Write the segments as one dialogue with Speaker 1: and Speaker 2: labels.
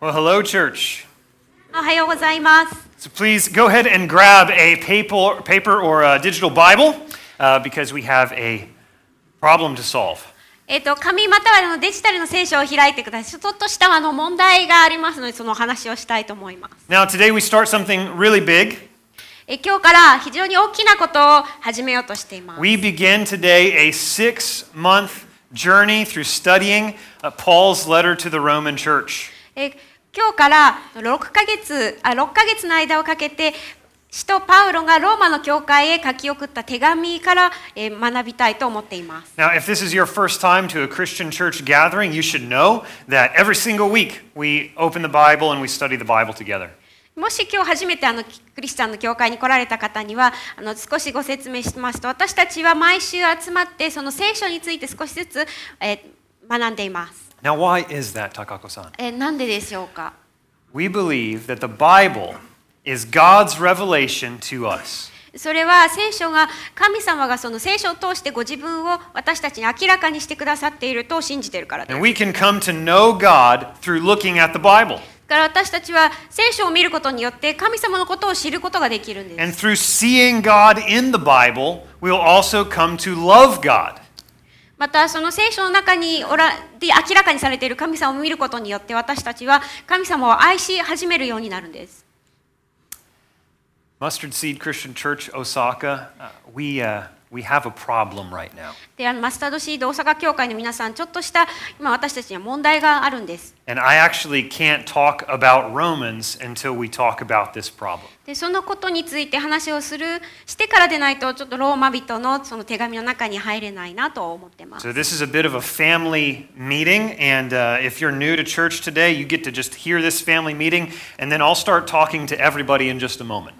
Speaker 1: Well, hello, church.
Speaker 2: おはようございます。
Speaker 1: So please go ahead and grab a paper, paper or a digital Bible uh, because we have a problem to solve.
Speaker 2: えっ、と紙またはあのデジタルの聖書を開いてください。ちょっとしたあの問題がありますのでそのお話をしたいと思います。
Speaker 1: Now, today we start something really big.
Speaker 2: え今日から非常に大きなことを始めようとしています。
Speaker 1: We begin today a six month journey through studying uh, Paul's letter to the Roman church.
Speaker 2: え今日から6ヶ月あ6ヶ月の間をかけて使徒パウロがローマの教会へ書き送った手紙から、えー学びたいと思っています。
Speaker 1: Now, if this is your first time to a Christian church gathering, you should know that every single week we open the Bible and we study the Bible together.
Speaker 2: もし今日初めてあのクリスチャンの教会に来られた方にはあの少しご説明しますと私たちは毎週集まってその聖書について少しずつ、えー学んでいます、
Speaker 1: Now, why is that, Takako san?
Speaker 2: えーなんででしょうか
Speaker 1: We believe that the Bible is God's revelation to us.
Speaker 2: それは聖書が神様がその聖書を通してご自分を私たちに明らかにしてくださっていると信じているからです
Speaker 1: And we can come to know God through looking at the Bible
Speaker 2: だから私たちは聖書を見ることによって神様のことを知ることができるんです
Speaker 1: and through seeing God in the Bible, we will also come to love God.
Speaker 2: またその聖書の中におらで明らかにされている神様を見ることによって私たちは神様を愛し始めるようになるんです。
Speaker 1: Mustard Seed Christian Church Osaka, uh, we, uh, we have a problem right now.
Speaker 2: であのマスタードシード大阪教会の皆さんちょっとした今私たちには問題があるんです。
Speaker 1: And I actually can't talk about Romans until we talk about this problem.
Speaker 2: でそのことについて話をするしてからでないとちょっとローマ人のその手紙の中に入れないなと思ってます。
Speaker 1: So, this is a bit of a family meeting. And uh, if you're new to church today, you get to just hear this family meeting. And then I'll start talking to everybody in just a moment.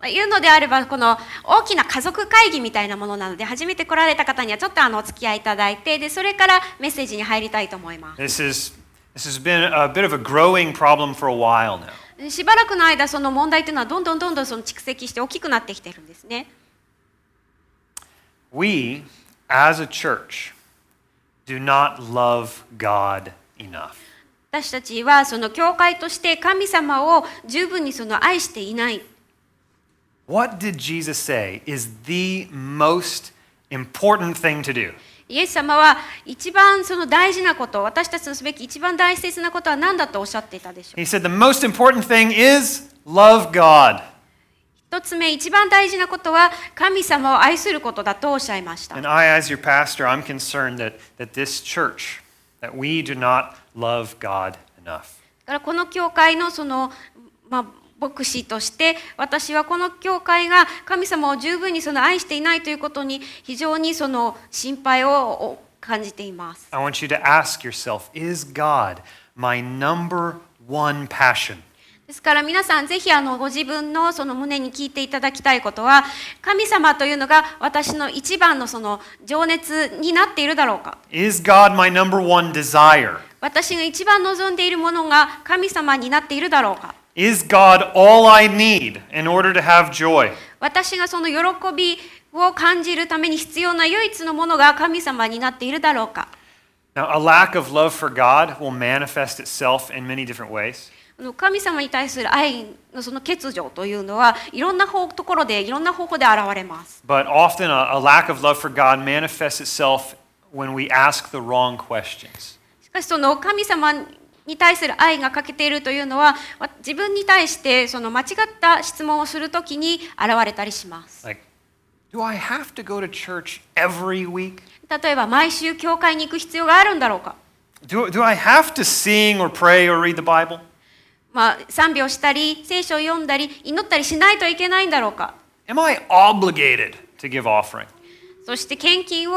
Speaker 2: まあ言うのであればこの大きな家族会議みたいなものなので初めて来られた方にはちょっとあのお付き合いいただいてでそれからメッセージに入りたいと思います。
Speaker 1: This, is, this has been a bit of a growing problem for a while now.
Speaker 2: しばらくの間その問題というのはどんどんどんどんその蓄積して大きくなってきてるんですね
Speaker 1: We, as a church, do not love God enough.
Speaker 2: 私たちはその教会として神様を十分にその愛していない
Speaker 1: What did Jesus say is the most important thing to do?
Speaker 2: イエス様は一番その大事なこと私たちのすべき一番大切なことは何だとおっしゃっていたでしょう
Speaker 1: He said, The most important thing is love God.
Speaker 2: 一つ目一番大事なことは神様を愛することだとおっしゃいました
Speaker 1: And I, as your pastor, I'm concerned that, that this church, that we do not love God enough.
Speaker 2: だからこの教会のその、まあ、牧師として私はこの教会が神様を十分にその愛していないということに非常にその心配をお感じています。
Speaker 1: I want you to ask yourself, is God my number one passion?
Speaker 2: ですから皆さんぜひあのご自分のその胸に聞いていただきたいことは神様というのが私の一番のその情熱になっているだろうか
Speaker 1: Is God my number one desire?
Speaker 2: 私が一番望んでいるものが神様になっているだろうか
Speaker 1: Is God all I need in order to have joy?
Speaker 2: 私がその喜びを感じるために必要な唯一のものが神様になっているだろうか
Speaker 1: Now, a lack of love for God will manifest itself in many different ways.
Speaker 2: あの神様に対する愛のその欠如というのはいろんな方ところでいろんな方法で現れます。
Speaker 1: But often a, a lack of love for God manifests itself when we ask the wrong questions.
Speaker 2: しかしその神様に対する愛が欠けているというのはわ自分に対してその間違った質問をするときに現れたりします。
Speaker 1: Like, do I have to go to church every week?
Speaker 2: 例えば毎週教会に行く必要があるんだろうか
Speaker 1: Do, do I have to sing or pray or read the Bible?
Speaker 2: まあ賛美をしたり聖書を読んだり祈ったりしないといけないんだろうか
Speaker 1: Am I obligated to give offering?
Speaker 2: そして献金を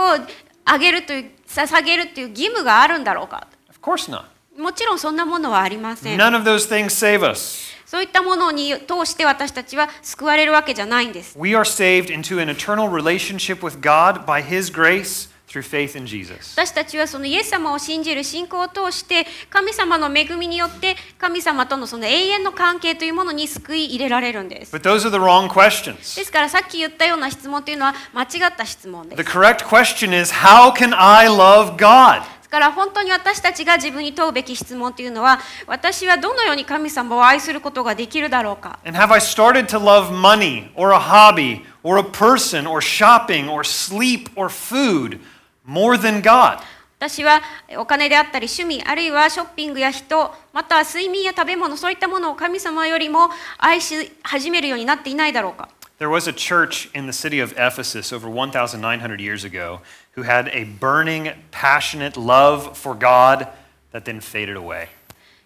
Speaker 2: あげるという捧げるという義務があるんだろうか
Speaker 1: Of course not.
Speaker 2: もちろんそんなものはありません
Speaker 1: None of those things save us.
Speaker 2: そういったものに通して私たちは救われるわけじゃないんです
Speaker 1: We are saved into an eternal relationship with God by His grace through faith in Jesus.
Speaker 2: 私たちはそのイエス様を信じる信仰を通して神様の恵みによって神様とのその永遠の関係というものに救い入れられるんです
Speaker 1: But those are the wrong questions.
Speaker 2: ですからさっき言ったような質問というのは間違った質問です
Speaker 1: The correct question is how can I love God?
Speaker 2: だですから本当に私たちが自分に問うべき質問というのは私はどのように神様を愛することができるだろうか
Speaker 1: And have I started to love money or a hobby or a person or shopping or sleep or food more than God?
Speaker 2: 私はお金であったり趣味あるいはショッピングや人または睡眠や食べ物そういったものを神様よりも愛し始めるようになっていないだろうか
Speaker 1: There was a church in the city of Ephesus over 1,900 years ago who had a burning, passionate love for God that then faded away.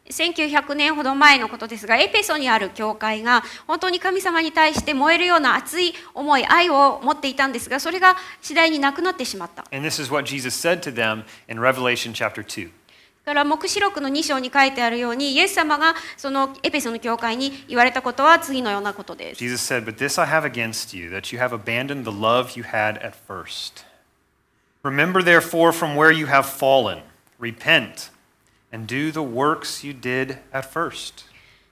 Speaker 2: 1900年ほど前のことですがエペソにある教会が本当に神様に対して燃えるような熱い思い愛を持っていたんですがそれが次第になくなってしまった
Speaker 1: And this is what Jesus said to them in Revelation chapter 2.
Speaker 2: だから黙示録の2章に書いてあるようにイエス様がそのエペソの教会に言われたことは次のようなことです
Speaker 1: Jesus said, But this I have against you, that you have abandoned the love you had at first. Remember, therefore, from where you have fallen, repent, and do the works you did at first.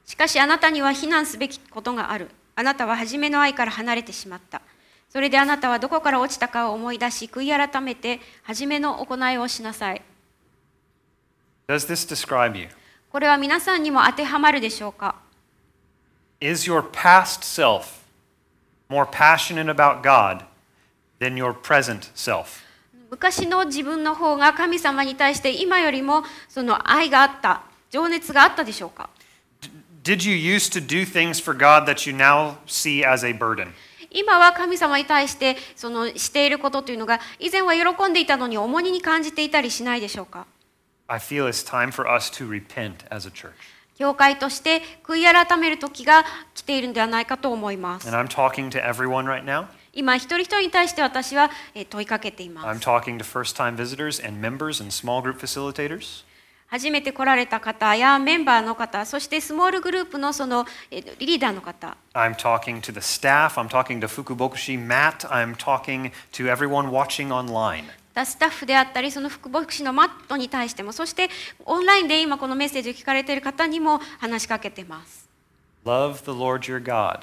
Speaker 2: しかしあなたには非難すべきことがあるあなたは初めの愛から離れてしまったそれであなたはどこから落ちたかを思い出し悔い改めて初めの行いをしなさい
Speaker 1: Does this describe you?
Speaker 2: これは皆さんにも当てはまるでしょうか
Speaker 1: Is your past self more passionate about God than your present self?
Speaker 2: 昔の自分の方が神様に対して今よりもその愛があった情熱があったでしょうか
Speaker 1: Did you used to do things for God that you now see as a burden?
Speaker 2: 今は神様に対してそのしていることというのが以前は喜んでいたのに重荷に感じていたりしないでしょうか
Speaker 1: I feel it's time for us to repent as a church.
Speaker 2: 教会として悔い改める時が来ているのではないかと思います
Speaker 1: And I'm talking to everyone right now.
Speaker 2: 今一人一人に対して私はえー問いかけていま
Speaker 1: I'm
Speaker 2: す
Speaker 1: talking to first time visitors and members and small group facilitators.
Speaker 2: 初めて来られた方やメンバーの方そしてスモールグループのそのえーリーダーの方
Speaker 1: I'm talking to the staff. I'm talking to Fukubokushi Matt. I'm talking to everyone watching online.
Speaker 2: スタッフであったりその福牧師のマットに対してもそしてオンラインで今このメッセージを聞かれている方にも話しかけてます。
Speaker 1: Love the Lord your God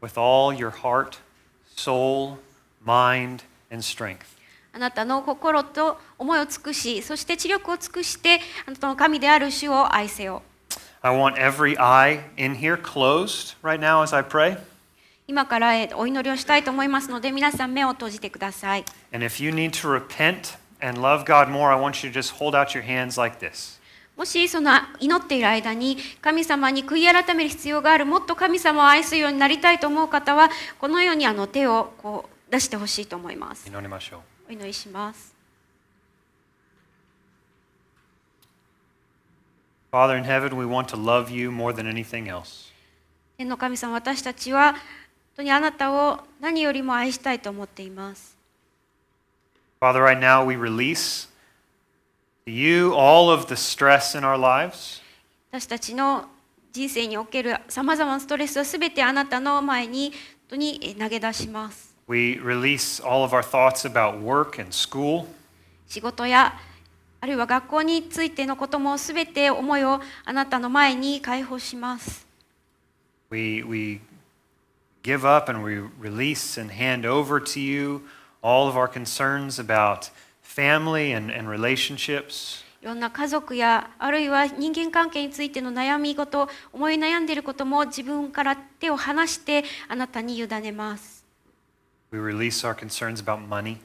Speaker 1: with all your heart, soul, mind, and strength.
Speaker 2: あなたの心と思いを尽くしそして知力を尽くしてあなたの神である主を愛せよ
Speaker 1: I want every eye in here closed right now as I pray.
Speaker 2: 今からえーお祈りをしたいと思いますので皆さん目を閉じてください
Speaker 1: And if you need to repent and love God more, I want you to just hold out your hands like this.
Speaker 2: もしその祈っている間に神様に悔い改める必要があるもっと神様を愛するようになりたいと思う方はこのようにあの手をこう出してほしいと思います
Speaker 1: Inorimashou.
Speaker 2: お祈りします
Speaker 1: Father in heaven, we want to love you more than anything else.
Speaker 2: 天の神様私たちは本当にあなたを何よりも愛したいと思っています
Speaker 1: Father, right now we release to you all of the stress in our lives.
Speaker 2: 私たちの人生におけるさまざまなストレスはすべてあなたの前に本当にえー投げ出します
Speaker 1: We release all of our thoughts about work and school.
Speaker 2: 仕事やあるいは学校についてのこともすべて思いをあなたの前に解放します
Speaker 1: We, we give up and we release and hand over to you all of our concerns about family and, and relationships.
Speaker 2: いろんな家族やあるいは人間関係についての悩み事思い悩んでいることも自分から手を離してあなたに委ねます
Speaker 1: We release our concerns about money.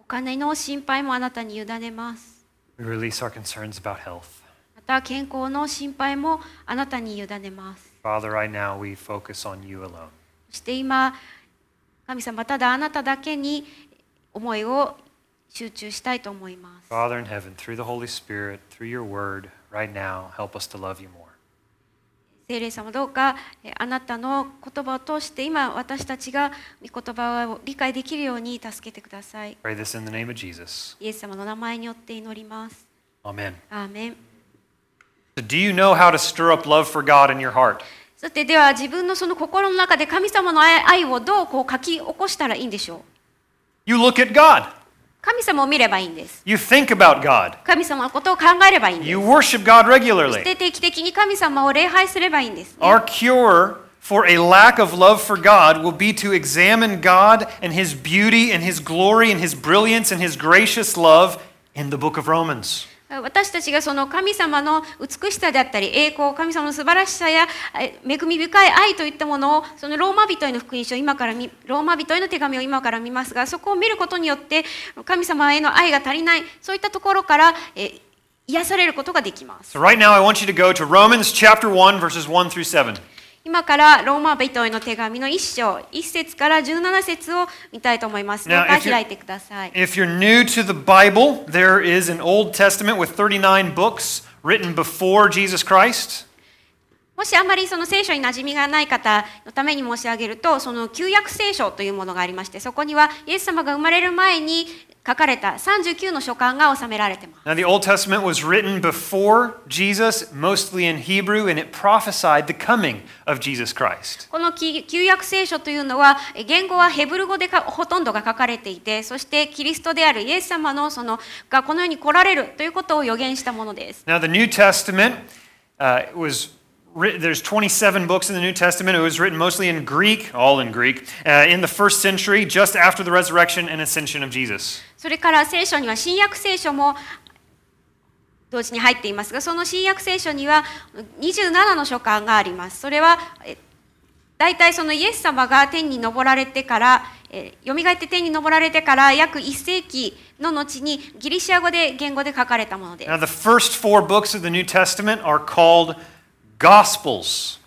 Speaker 2: お金の心配もあなたに委ねます
Speaker 1: We release our concerns about health.
Speaker 2: また健康の心配もあなたに委ねます。
Speaker 1: Father, right now we focus on you alone.
Speaker 2: そして今、神様、ただあなただけに思いを集中したいと思います。
Speaker 1: Father in heaven, through the Holy Spirit, through your word, right now, help us to love you more.
Speaker 2: 聖霊様どうかえあなたの言葉を通して今私たちが御言葉を理解できるように助けてください。
Speaker 1: Pray this in the name of Jesus.
Speaker 2: イエス様の名前によって祈ります。
Speaker 1: Amen.
Speaker 2: アーメン。
Speaker 1: So, do you know how to stir up love for God in your heart?
Speaker 2: さてでは自分のその心の中で神様の愛愛をどうこう書き起こしたらいいんでしょう
Speaker 1: You look at God.
Speaker 2: 神様を見ればいいんです。
Speaker 1: You think about God.
Speaker 2: 神様のことを考えればいいんです
Speaker 1: You。worship God
Speaker 2: そし
Speaker 1: regularly.
Speaker 2: て定期的に神様を礼拝すればいいんですね、
Speaker 1: Our cure for a lack of love for God will be to examine God and His beauty and His glory and His brilliance and His gracious love in the book of Romans.
Speaker 2: 私たちがその神様の美しさであったり栄光神様の素晴らしさやえ恵み深い愛といったものをそのローマ人への福音書を今から見ローマ人への手紙を今から見ますがそこを見ることによって神様への愛が足りないそういったところからえ癒されることができます
Speaker 1: So right now I want you to go to Romans chapter 1 verses 1 through 7.
Speaker 2: 今からローマ人への手紙の1章1節から17節を見たいと思いますどう
Speaker 1: Now,
Speaker 2: か
Speaker 1: if you-
Speaker 2: 開いてください
Speaker 1: If you're new to the Bible, there is an Old Testament with 39 books written before Jesus Christ.
Speaker 2: もしあまりその聖書に馴染みがない方のために申し上げるとその旧約聖書というものがありましてそこにはイエス様が生まれる前に書かれた39の書簡が収められています
Speaker 1: Now, the Old Testament was written before Jesus, mostly in Hebrew, and it prophesied the coming of Jesus Christ.
Speaker 2: このき旧約聖書というのはえ言語はヘブル語でかほとんどが書かれていてそしてキリストであるイエス様のそのがこの世に来られるということを予言したものです
Speaker 1: Now, the New Testament uh, was written, there's 27 books in the New Testament. It was written mostly in Greek, all in Greek, uh, in the first century, just after the resurrection and ascension of Jesus.
Speaker 2: それから聖書には新約聖書も同時に入っていますがその新約聖書には27の書簡がありますそれはえ大体そのイエス様が天に昇られてからえ蘇って天に昇られてから約1世紀の後にギリシア語で言語で書かれたものです
Speaker 1: Now, the first four books of the New Testament are called Gospels.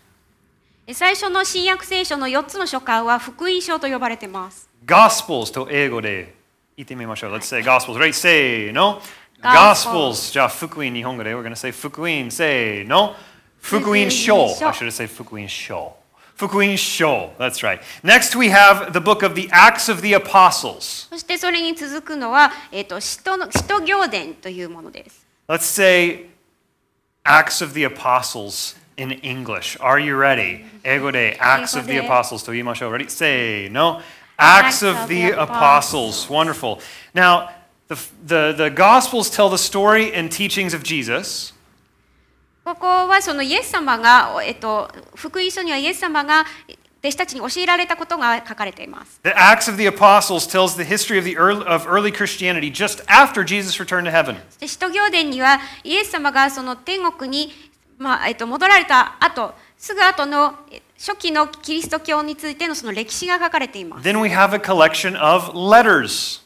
Speaker 2: え最初の新約聖書の4つの書簡は福音書と呼ばれてます
Speaker 1: Gospels と英語で言ってみましょう。Let's say Gospels, right? Say no.
Speaker 2: Gospels.
Speaker 1: Gospels. じゃあ、福音日本語で。We're going to say 福音。Say no. 福音
Speaker 2: 福
Speaker 1: 書。
Speaker 2: 音
Speaker 1: I
Speaker 2: 書
Speaker 1: should have said 福音書。福音書。That's right. Next, we have the book of the Acts of the Apostles.
Speaker 2: そしてそれに続くのは、えっと使徒の使徒行伝というものです
Speaker 1: Let's say Acts of the Apostles in English. Are you ready? 英語で Acts of the
Speaker 2: 英語で
Speaker 1: Apostles と言いましょう。Ready? Say no. Acts of the Apostles. Wonderful. Now, the, the, the Gospels tell the story and teachings of Jesus.
Speaker 2: ここはそのイエス様が、えっと、福音書にはイエス様が弟子たちに教えられたことが書かれています。
Speaker 1: The Acts of the Apostles tells the history of, the early, of early Christianity just after Jesus returned to heaven.
Speaker 2: で使徒行伝にはイエス様がその天国に、まあえっと、戻られた後すぐ後のえ初期のキリスト教についてのその歴史が書かれています。
Speaker 1: Then we have a collection of letters.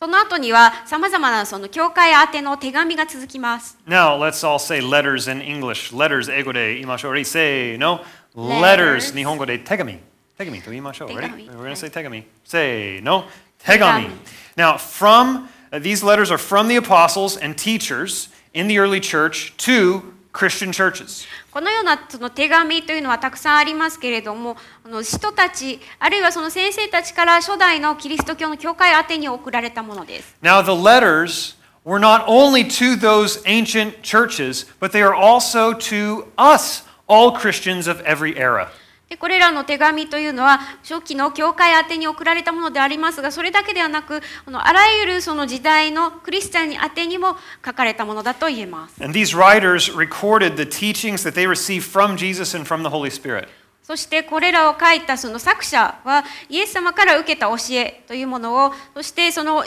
Speaker 2: その後にはさまざまなその教会宛ての手紙が続きます。
Speaker 1: Now let's all say letters in English. Letters, ego de imashou. Ready? Say no.
Speaker 2: Letters.
Speaker 1: Letters, nihongo de tegami. Tegami to imashou. Ready?
Speaker 2: Tegami,
Speaker 1: We're gonna
Speaker 2: right.
Speaker 1: say tegami. Say no. Tegami.
Speaker 2: Tegami.
Speaker 1: Now from uh, these letters are from the apostles and teachers in the early church to Christian churches.
Speaker 2: このようなその手紙というのはたくさんありますけれどもあの使徒たちあるいはその先生たちから初代のキリスト教の教会宛てに送られたものです。
Speaker 1: Now the letters were not only to those ancient churches, but they are also to us, all Christians of every era.
Speaker 2: でこれらの手紙というのは初期の教会宛てに送られたものでありますがそれだけではなくあのあらゆるその時代のクリスチャンに宛てにも書かれたものだと言えます。
Speaker 1: And these writers recorded the teachings that they received from Jesus and from the Holy Spirit.
Speaker 2: そしてこれらを書いたその作者はイエス様から受けた教えというものをそしてその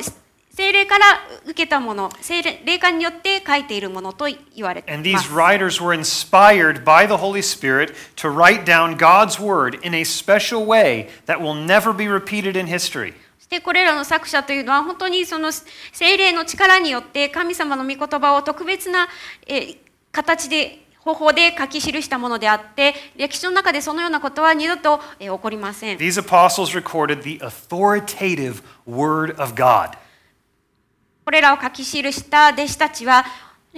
Speaker 2: 聖霊から受けたもの聖霊感によって書いているものと言われてい
Speaker 1: And
Speaker 2: ま
Speaker 1: these
Speaker 2: す。
Speaker 1: writers were inspired by the Holy Spirit to write down God's word in a special way that will never be repeated in history.
Speaker 2: そしてこれらの作者というのは本当にその精霊の力によって神様の御言葉を特別なえー形で方法で書き記したものであって歴史の中でそのようなことは二度とえー起こりません
Speaker 1: These apostles recorded the authoritative word of God.
Speaker 2: これらを書き記した弟子たちは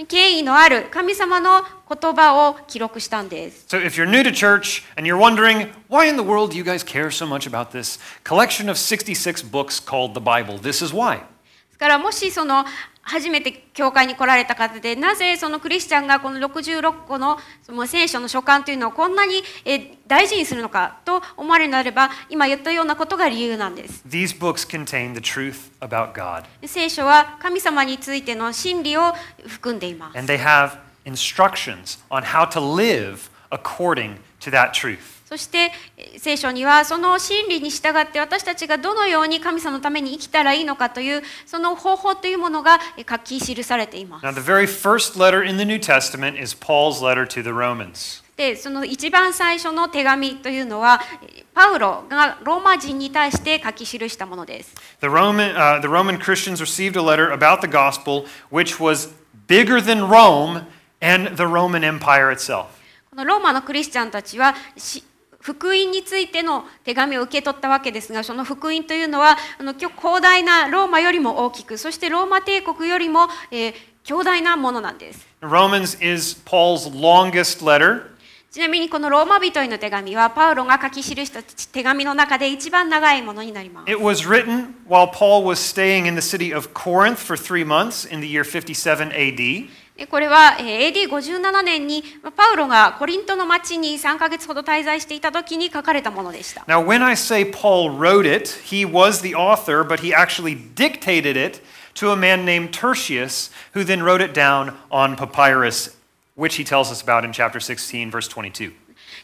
Speaker 2: 権威のある神様の言葉を記録したんです
Speaker 1: So if you're new to church and you're wondering, why in the world do you guys care so much about this collection of 66 books called the Bible? This is why.
Speaker 2: ですからもしその初めて教会に来られた方でなぜそのクリスチャンがこの66個のその聖書の書簡というのをこんなにえー大事にするのかと思われるのであれば今言ったようなことが理由なんです
Speaker 1: These books contain the truth about God.
Speaker 2: 聖書は神様についての真理を含んでいます
Speaker 1: And they have instructions on how to live according to that truth.
Speaker 2: そそしてえー聖書にはその真理に従って私たちがどのように神様のために生きたらいいのかというその方法というものがえー書き記されています
Speaker 1: Now, the very first letter in the New Testament is Paul's letter to the Romans.
Speaker 2: でその一番最初の手紙というのはえーパウロがローマ人に対して書き記したものです
Speaker 1: The Roman, uh, the Roman Christians received a letter about the gospel, which was bigger than Rome and the Roman Empire itself.
Speaker 2: このローマのクリスチャンたちはし福音についての手紙を受け取ったわけですがその福音というのはあのきょ広大なローマよりも大きくそしてローマ帝国よりも、えー強大なものなんです
Speaker 1: Romans is Paul's longest letter,
Speaker 2: ちなみにこのローマ人への手紙はパウロが書き記した手紙の中で一番長いものになります
Speaker 1: It was written while Paul was staying in the city of Corinth for three months in the year 57 AD.
Speaker 2: でこれはえー AD57 年にまあパウロがコリントの町に3ヶ月ほど滞在していた時に書かれたものでした
Speaker 1: Now, when I say Paul wrote it, he was the author, but he actually dictated it to a man named Tertius, who then wrote it down on papyrus, which he tells us about in chapter 16, verse 22.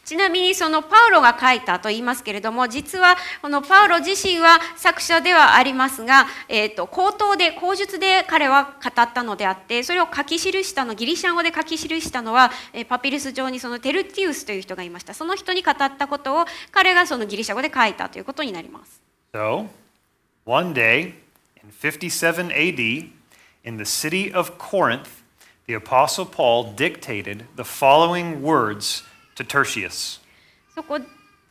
Speaker 2: ちなみにそのパウロが書いたと言いますけれども実はこのパウロ自身は作者ではありますが、えー、と口頭で口述で彼は語ったのであってそれを書き記したのギリシャ語で書き記したのは、えーパピルス上にそのテルティウスという人がいましたその人に語ったことを彼がそのギリシャ語で書いたということになります。
Speaker 1: So, one day in 57 AD, in the city of Corinth, the Apostle Paul dictated the following words to Tertius.
Speaker 2: そこ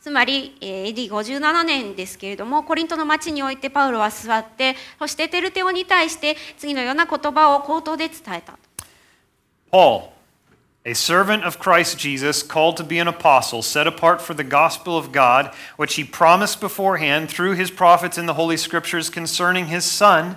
Speaker 2: つまりえー AD57 年ですけれどもコリントの町においてパウロは座ってそしてテルテオに対して次のような言葉を口頭で伝えた。
Speaker 1: Paul, a servant of Christ Jesus, called to be an apostle, set apart for the gospel of God, which he promised beforehand through his prophets in the Holy Scriptures concerning his Son,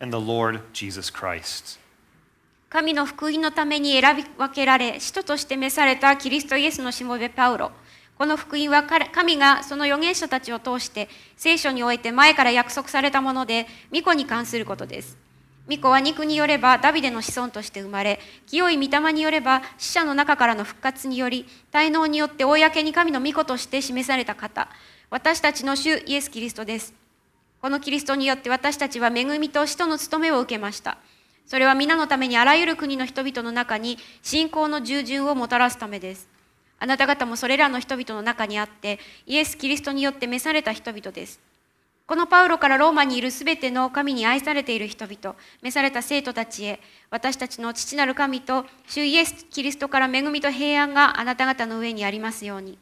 Speaker 1: and the Lord Jesus Christ.
Speaker 2: 神の福音のために選び分けられ、使徒として召されたキリストイエスのしもべパウロ。この福音は彼神がその預言者たちを通して聖書において前から約束されたもので、巫女に関することです。巫女は肉によればダビデの子孫として生まれ、清い御霊によれば死者の中からの復活により、滞納によって公に神の御子として示された方、私たちの主イエス・キリストです。このキリストによって私たちは恵みと使徒の務めを受けました。それは皆のためにあらゆる国の人々の中に信仰の従順をもたらすためです。あなた方もそれらの人々の中にあって、イエス・キリストによって召された人々です。このパウロからローマにいるすべての神に愛されている人々、召された生徒たちへ、私たちの父なる神と、主イエス・キリストから恵みと平安があなた方の上にありますように。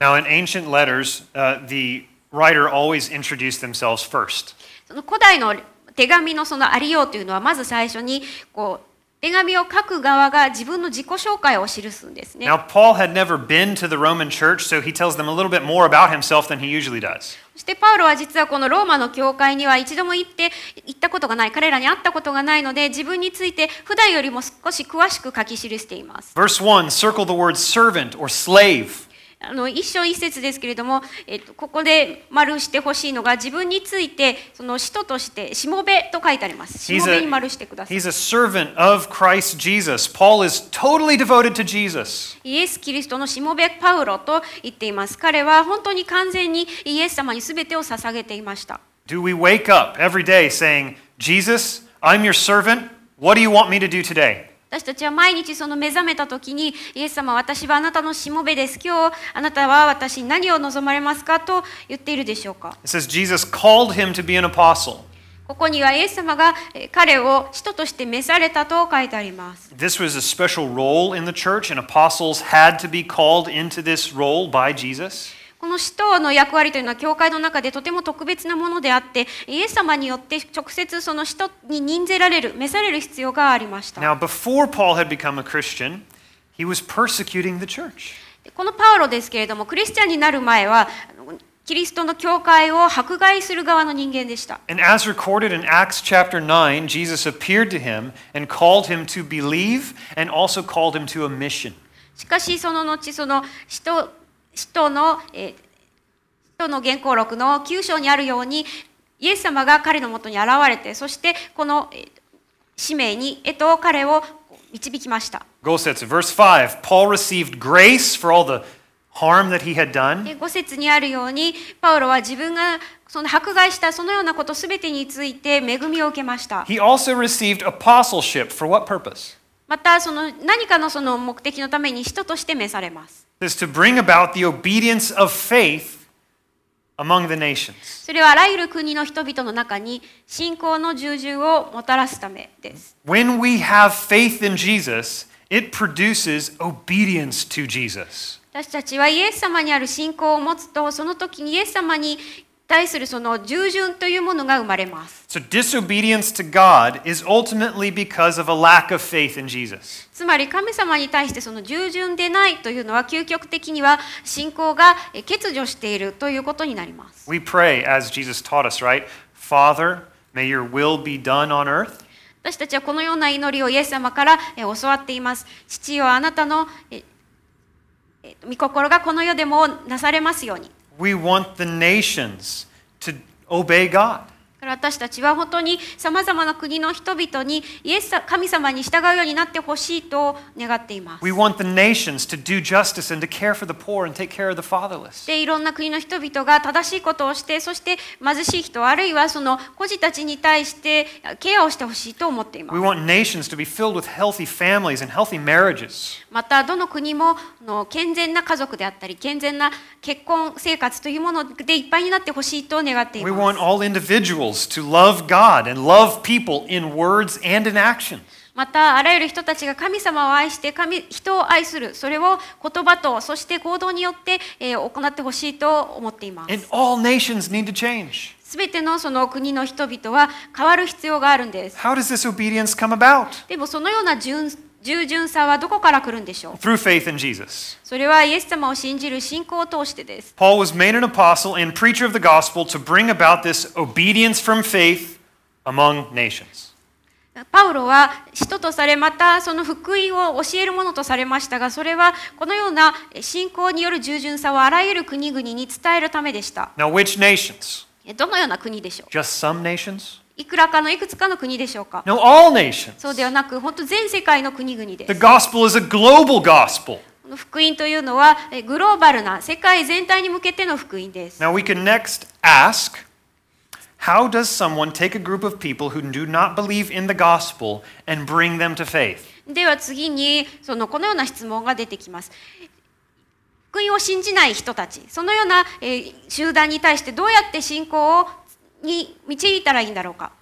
Speaker 1: Now, in ancient letters, uh, the writer always introduced themselves first.
Speaker 2: その古代の手紙のそのありようというのはまず最初にこう手紙を書く側が自分の自己紹介を記すんですね
Speaker 1: Now, Paul had never been to the Roman church, so he tells them a little bit more about himself than he usually does.
Speaker 2: そしてパウロは実はこのローマの教会には一度も行って行ったことがない彼らに会ったことがないので自分について普段よりも少し詳しく書き記しています
Speaker 1: Verse 1 circle the word servant or slave.
Speaker 2: あの一章一節ですけれども、えっと、ここで丸してほしいのが自分についてその使徒としてしもべと書いてありますし
Speaker 1: He's
Speaker 2: もべに
Speaker 1: a,
Speaker 2: 丸してください
Speaker 1: he's a servant of Christ Jesus. Paul is totally devoted to Jesus.
Speaker 2: イエス・キリストのしもべパウロと言っています。彼は本当に完全にイエス様に全てを捧げていました。
Speaker 1: Do we wake up every day saying, Jesus, I'm your servant. What do you want me to do today?
Speaker 2: 私たちは毎日その目覚めた時に、イエス様、私はあなたのしもべです。今日、あなたは私に何を望まれますかと言っているでしょうか。
Speaker 1: It says Jesus called him to be an apostle.
Speaker 2: ここにはイエス様がえー彼を使徒として召されたと書いてあります。
Speaker 1: This was a special role in the church, and apostles had to be called into this role by Jesus.
Speaker 2: この使徒の役割というのは教会の中でとても特別なものであって、イエス様によって直接その使徒に任せられる、召される必要がありました。
Speaker 1: Now, before Paul had become a Christian, he was persecuting the church.
Speaker 2: でこのパウロですけれどもクリスチャンになる前はあのキリストの教会を迫害する側の人間でした。
Speaker 1: And as recorded in Acts chapter 9, Jesus appeared to him and called him to believe and also called him to a mission.
Speaker 2: しかしその後その使徒使徒の、えー使徒の原稿録の9章にあるようにイエス様が彼のもとに現れてそしてこの、えー使命にへと彼を導きました
Speaker 1: Go sets. Verse 5 Paul received grace for all the harm that he had done,
Speaker 2: で5節にあるようにパウロは自分がその迫害したそのようなこと全てについて恵みを受けました
Speaker 1: he also received apostleship. For what purpose?
Speaker 2: またその何かのその目的のために使徒として召されます
Speaker 1: It is to bring about the obedience of faith among the nations.
Speaker 2: それはあらゆる国の人々の中に信仰の従順をもたらすためです
Speaker 1: When we have faith in Jesus, it produces obedience to Jesus.
Speaker 2: 私たちはイエス様にある信仰を持つとその時にイエス様に対するその従順というものが生まれます
Speaker 1: So, disobedience to God is ultimately because of a lack of faith in Jesus.
Speaker 2: つまり神様に対してその従順でないというのは究極的には信仰がえ欠如しているということになります
Speaker 1: We pray as Jesus taught us, right? Father, may your will be done on earth
Speaker 2: 私たちはこのような祈りをイエス様からえ教わっています父よあなたのええ御心がこの世でもなされますように
Speaker 1: We want the nations to obey God.
Speaker 2: だから私たちは本当にさまざまな国の人々にイエスさ神様に従うようになってほしいと願っています
Speaker 1: We。want the nations to do justice and to care for the poor and take care of the fatherless.
Speaker 2: でいろんな国の人々が正しいことをしてそして貧しい人あるいはその孤児たちに対してケアをしてほしいと思っていま
Speaker 1: We
Speaker 2: す
Speaker 1: want nations to be filled with healthy families and healthy marriages.
Speaker 2: またどの国もあの健全な家族であったり健全な結婚生活というものでいっぱいになってほしいと願ってい
Speaker 1: We
Speaker 2: ま
Speaker 1: want
Speaker 2: す
Speaker 1: all individuals to love God and love people in words and in action.
Speaker 2: またあらゆる人たちが神様を愛して神人を愛するそれを言葉とそして行動によって、えー行ってほしいと思っています
Speaker 1: And all nations need to change.
Speaker 2: すべてのその国の人々は変わる必要があるんです。
Speaker 1: How does this obedience come about?
Speaker 2: でもそのような従従順さはどこから来るんでしょう
Speaker 1: Through faith in Jesus.
Speaker 2: それはイエス様を信じる信仰を通してです。
Speaker 1: Paul was made an apostle and preacher of the gospel to bring about this obedience from faith among nations.
Speaker 2: パウロは使徒とされまたその福音を教えるものとされましたがそれはこのような信仰による従順さをあらゆる国々に伝えるためでした。
Speaker 1: Now, which nations?
Speaker 2: どのような国でしょう
Speaker 1: Just some nations?
Speaker 2: いくらかのいくつかの国でしょうか
Speaker 1: No, all nations.
Speaker 2: そうではなく本当全世界の国々で
Speaker 1: The
Speaker 2: す。
Speaker 1: gospel is a global gospel.
Speaker 2: この福音というのはえグローバルな世界全体に向けての福音です。
Speaker 1: Now, we can next ask how does someone take a group of people who do not believe in the gospel and bring them to faith?
Speaker 2: では次にそのこのような質問が出てきます。福音を信じない人たち、そのような、えー集団に対してどうやって信仰をに導いたらいいんだろうか。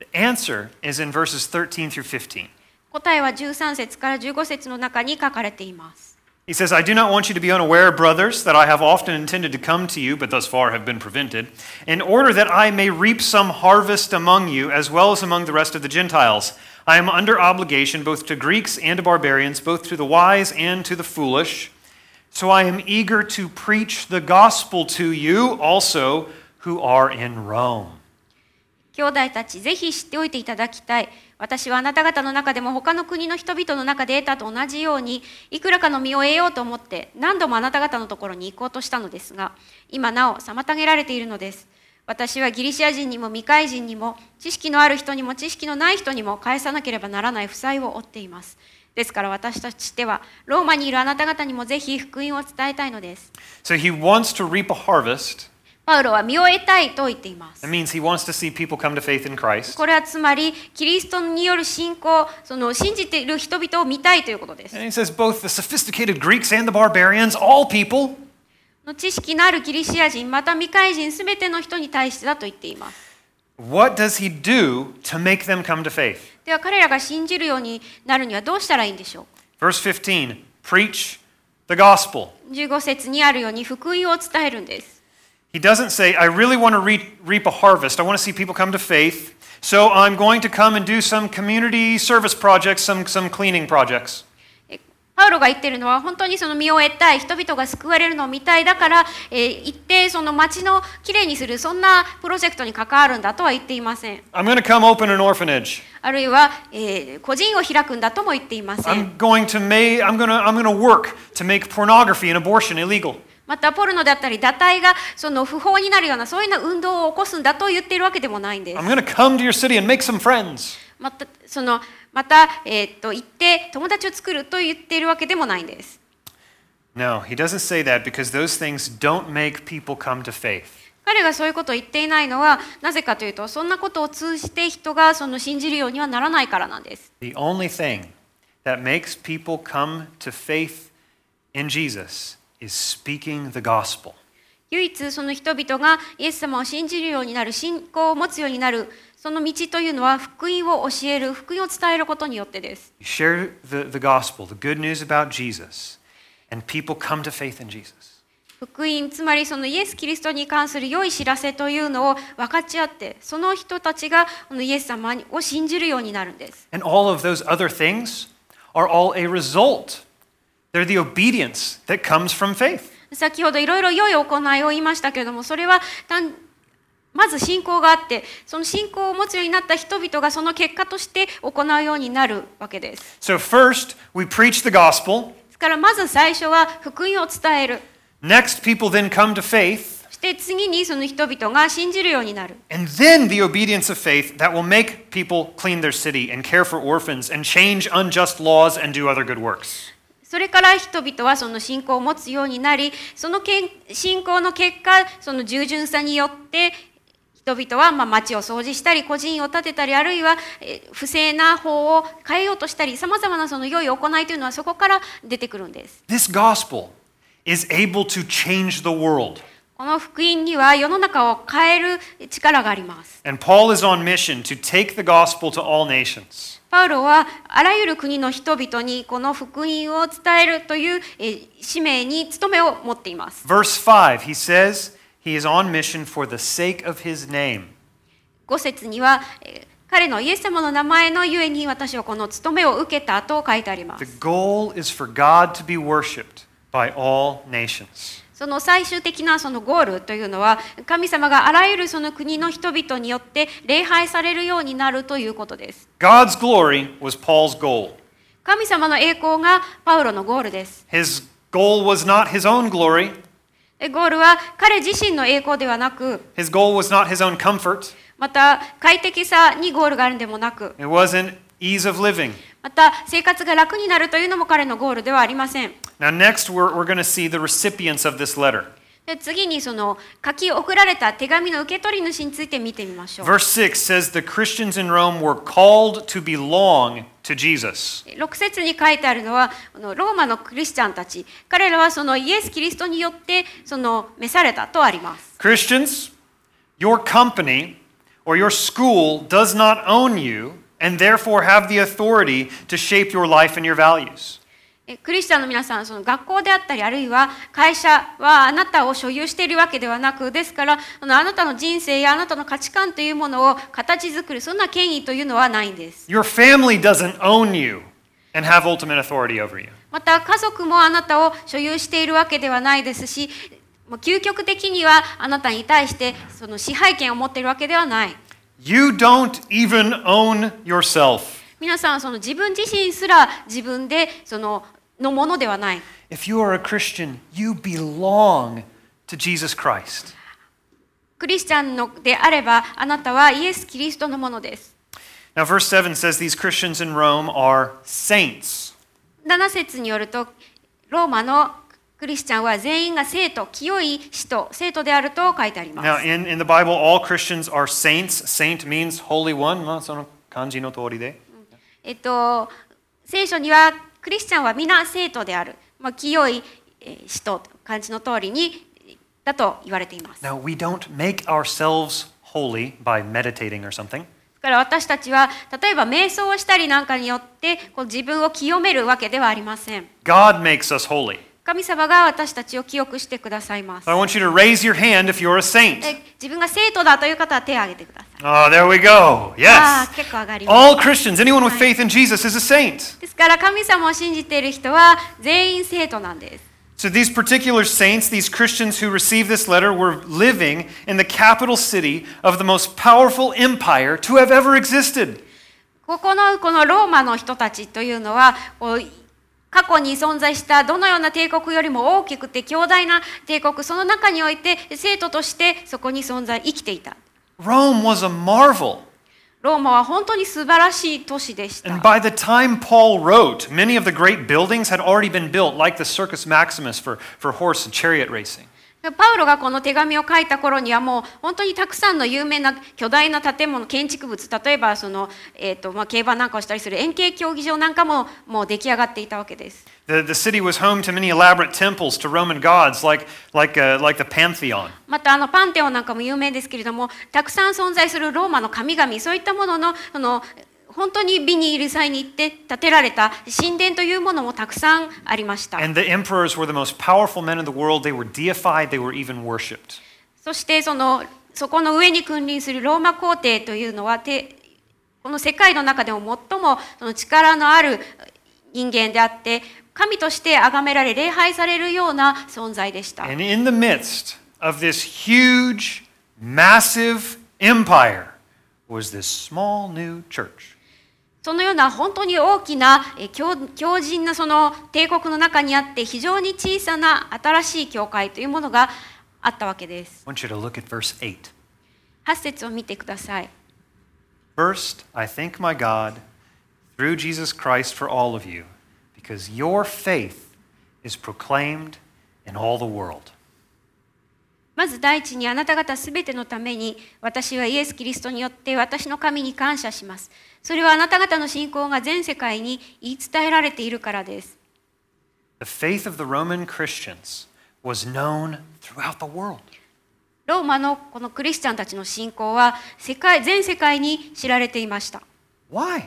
Speaker 1: The answer is in verses 13 through 15.
Speaker 2: 答えは13節から15節の中に書かれています。
Speaker 1: He says, I do not want you to be unaware, brothers, that I have often intended to come to you, but thus far have been prevented, in order that I may reap some harvest among you, as well as among the rest of the Gentiles. I am under obligation both to Greeks and to barbarians, both to the wise and to the foolish. So I am eager to preach the gospel to you also who are in Rome.
Speaker 2: 兄弟たち、ぜひ知っておいていただきたい。私はあなた方の中でも他の国の人々の中で得たと同じように、いくらかの身を得ようと思って、何度もあなた方のところに行こうとしたのですが、今なお妨げられているのです。私はギリシア人にも未開人にも、知識のある人にも知識のない人にも返さなければならない負債を負っています。ですから私としては、ローマにいるあなた方にもぜひ福音を伝えたいのです。
Speaker 1: So he wants to reap a harvest.
Speaker 2: パウロは身を得たいと言っています
Speaker 1: That。means he wants to see people come to faith in Christ.
Speaker 2: これはつまりキリストによる信仰その信じている人々を見たいということです
Speaker 1: And he says both the sophisticated Greeks and the barbarians, all people.
Speaker 2: の知識のあるキリシア人また未開人すべての人に対してだと言っています
Speaker 1: What does he do to make them come to faith?
Speaker 2: では彼らが信じるようになるにはどうしたらいいんでしょう
Speaker 1: Verse 15 preach the gospel.
Speaker 2: 15節にあるように福音を伝えるんです
Speaker 1: He doesn't say, I really want to re- reap a harvest. I want to see people come to faith. So I'm going to come and do some community service projects, some, some cleaning projects.
Speaker 2: えパウロが言ってるのは本当にその身を得たい人々が救われるのを見たいだから、えー行ってその町のきれいにするそんなプロジェクトに関わるんだとは言っていません
Speaker 1: I'm going to come open an orphanage.
Speaker 2: あるいは、えー個人を開くんだとも言っていません
Speaker 1: I'm going to make, I'm going to, I'm going to work to make pornography and abortion illegal.
Speaker 2: またポルノであったり堕胎がその不法になるようなそういうような運動を起こすんだと言っているわけでもないんです
Speaker 1: I'm going to come to your city and make some friends.
Speaker 2: またそのまた、えーっと行って友達を作ると言っているわけでもないんです
Speaker 1: No, he doesn't say that because those things don't make people come to faith.
Speaker 2: 彼がそういうことを言っていないのはなぜかというとそんなことを通じて人がその信じるようにはならないからなんです
Speaker 1: The only thing that makes people come to faith in Jesus is speaking the gospel.
Speaker 2: 唯一その人々がイエス様を信じるようになる信仰を持つようになるその道というのは福音を教える福音を伝えることによってです
Speaker 1: You share the, the gospel, the good news about Jesus, and people come to faith in Jesus.
Speaker 2: 福音つまりそのイエス・キリストに関する良い知らせというのを分かち合ってその人たちがこのイエス様を信じるようになるんです
Speaker 1: And all of those other things are all a result. They're the obedience that comes from faith.
Speaker 2: 先ほどいろいろ良い行いを言いましたけれどもそれは単まず信仰があってその信仰を持つようになった人々がその結果として行うようになるわけです
Speaker 1: So, first, we preach the gospel.
Speaker 2: ですからまず最初は福音を伝える
Speaker 1: Next, people then come to faith.
Speaker 2: そして次にその人々が信じるようになる
Speaker 1: And then the obedience of faith that will make people clean their city and care for orphans and change unjust laws and do other good works.
Speaker 2: それから人々はその信仰を持つようになりそのけん信仰の結果その従順さによって人々はまあ町を掃除したり個人を立てたりあるいはえー不正な法を変えようとしたりさまざまなその良い行いというのはそこから出てくるんです。
Speaker 1: This gospel is able to change the world.
Speaker 2: この福音には世の中を変える力があります。
Speaker 1: And Paul is on mission to take the gospel to all nations.
Speaker 2: パウロはあらゆる国の人々にこの福音を伝えるというえー使命に務めを持っています。
Speaker 1: Verse 5, he says he is on mission for the sake of his name.
Speaker 2: 5節には、えー彼のイエス様の名前のゆえに私はこの務めを受けたと書いてありま
Speaker 1: The
Speaker 2: す。
Speaker 1: goal is for God to be worshiped by all nations.
Speaker 2: その最終的なそのゴールというのは神様があらゆるその国の人々によって礼拝されるようになるということです。
Speaker 1: God's glory was Paul's goal.
Speaker 2: 神様の栄光がパウロのゴールです。
Speaker 1: His goal was not his own glory,
Speaker 2: えゴールは彼自身の栄光ではなく
Speaker 1: his goal was not his own comfort,
Speaker 2: また快適さにゴールがあるんでもなく
Speaker 1: it wasn't ease of living.
Speaker 2: また生活が楽になるというのも彼のゴールではありません。
Speaker 1: Now, next, we're, we're going to see the recipients of this letter.
Speaker 2: で次にその書き送られた手紙の受け取り主について見てみましょう。
Speaker 1: Verse 6 says the Christians in Rome were called to belong to Jesus.
Speaker 2: 6節に書いてあるのはあのローマのクリスチャンたち彼らはそのイエス・キリストによってその召されたとあります
Speaker 1: Christians, your company or your school does not own you and therefore have the authority to shape your life and your values.
Speaker 2: えクリスチャンの皆さんその学校であったりあるいは会社はあなたを所有しているわけではなくですからあのあなたの人生やあなたの価値観というものを形作るそんな権威というのはないんです
Speaker 1: Your family doesn't own you and have ultimate authority over you.
Speaker 2: また家族もあなたを所有しているわけではないですしもう究極的にはあなたに対してその支配権を持っているわけではない
Speaker 1: You don't even own yourself.
Speaker 2: 皆さんはその自分自身すら自分でそののものではない
Speaker 1: If you are a Christian, you belong to Jesus Christ.
Speaker 2: クリスチャンのであればあなたはイエス・キリストのものです
Speaker 1: Now, verse 7 says these Christians in Rome are saints.
Speaker 2: 7節によるとローマのクリスチャンは全員が生徒清い使徒生徒であると書いてありま
Speaker 1: Now,
Speaker 2: す
Speaker 1: in, in the Bible, all Christians are saints. Saint means holy one. まあ、その漢字の通りで。
Speaker 2: えっと聖書にはクリスチャンは皆生徒である、まあ、清いえー使徒漢字の通りにえーだと言われています
Speaker 1: Now, we don't make ourselves holy by meditating or something.
Speaker 2: だから私たちは例えば瞑想をしたりなんかによってこう自分を清めるわけではありません
Speaker 1: God makes us holy.
Speaker 2: 神様が私たちを記憶してくださいます
Speaker 1: So I。want you to raise your hand if you're a saint.
Speaker 2: え自分が生徒だという方は手を挙げてください。
Speaker 1: Oh, there we go.
Speaker 2: あ
Speaker 1: Yes.
Speaker 2: あ結構上がります。
Speaker 1: All Christians, anyone with faith in Jesus is a saint.
Speaker 2: ですから神様を信じている人は全員生徒なんです。
Speaker 1: So these particular saints, these Christians who received this letter, were living in the capital city of the most powerful empire to have ever existed.
Speaker 2: ここのこのローマの人たちというのはこう過去に存在したどのような帝国よりも大きくて強大な帝国その中において生徒としてそこに存在生きていた
Speaker 1: Rome was a marvel.
Speaker 2: ローマは本当に素晴らしい都市でし
Speaker 1: And
Speaker 2: た
Speaker 1: by the time Paul wrote, many of the great buildings had already been built, like the Circus Maximus for, for horse and chariot racing.
Speaker 2: パウロがこの手紙を書いた頃にはもう本当にたくさんの有名な巨大な建物建築物例えばその、えーとまあ、競馬なんかをしたりする円形競技場なんかももう出来上がっていたわけです
Speaker 1: The, the city was home to many elaborate temples to Roman gods, like, like, uh, like the Pantheon.
Speaker 2: またあのパンテオンなんかも有名ですけれどもたくさん存在するローマの神々そういったもののその本当に美にいる際に行って建てられた神殿というものもたくさんありました
Speaker 1: And the emperors were the most powerful men in the world. They were deified, they were even worshipped.
Speaker 2: そしてそのそこの上に君臨するローマ皇帝というのはてこの世界の中でも最もその力のある人間であって神として崇められ礼拝されるような存在でした。
Speaker 1: And in the midst of this huge, massive empire was this small new church.
Speaker 2: そのような本当に大きなえー強強靭なその帝国の中にあって非常に小さな新しい教会というものがあったわけで
Speaker 1: I
Speaker 2: す。
Speaker 1: want you to look at verse 8.
Speaker 2: 8節を見てください。
Speaker 1: First, I thank my God through Jesus Christ for all of you, because your faith is proclaimed in all the world.
Speaker 2: まず第一にあなた方すべてのために私はイエス・キリストによって私の神に感謝します。それはあなた方の信仰が全世界に言い伝えられているからです。
Speaker 1: The faith of the Roman Christians was known throughout the world.
Speaker 2: ローマのこのクリスチャンたちの信仰は世界全世界に知られていました。
Speaker 1: Why?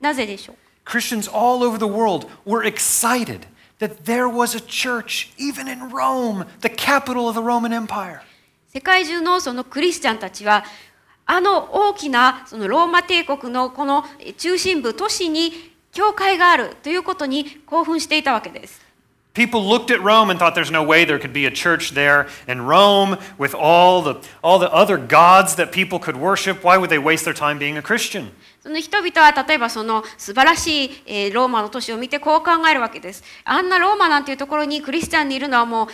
Speaker 2: なぜでしょう
Speaker 1: Christians all over the world were excited that there was a church, even in Rome, the capital of the Roman Empire.
Speaker 2: 世界中のそのクリスチャンたちはあの大きなそのローマ帝国のこのえ中心部都市に教会があるということに興奮していたわけです。
Speaker 1: People looked at Rome and thought there's no way there could be a church there. In Rome, with all the, all the other gods that people could worship, why would they waste their time being a Christian?
Speaker 2: その人々は例えばその素晴らしいえーローマの都市を見てこう考えるわけです。あんなローマなんていうところにクリスチャンにいるのはもう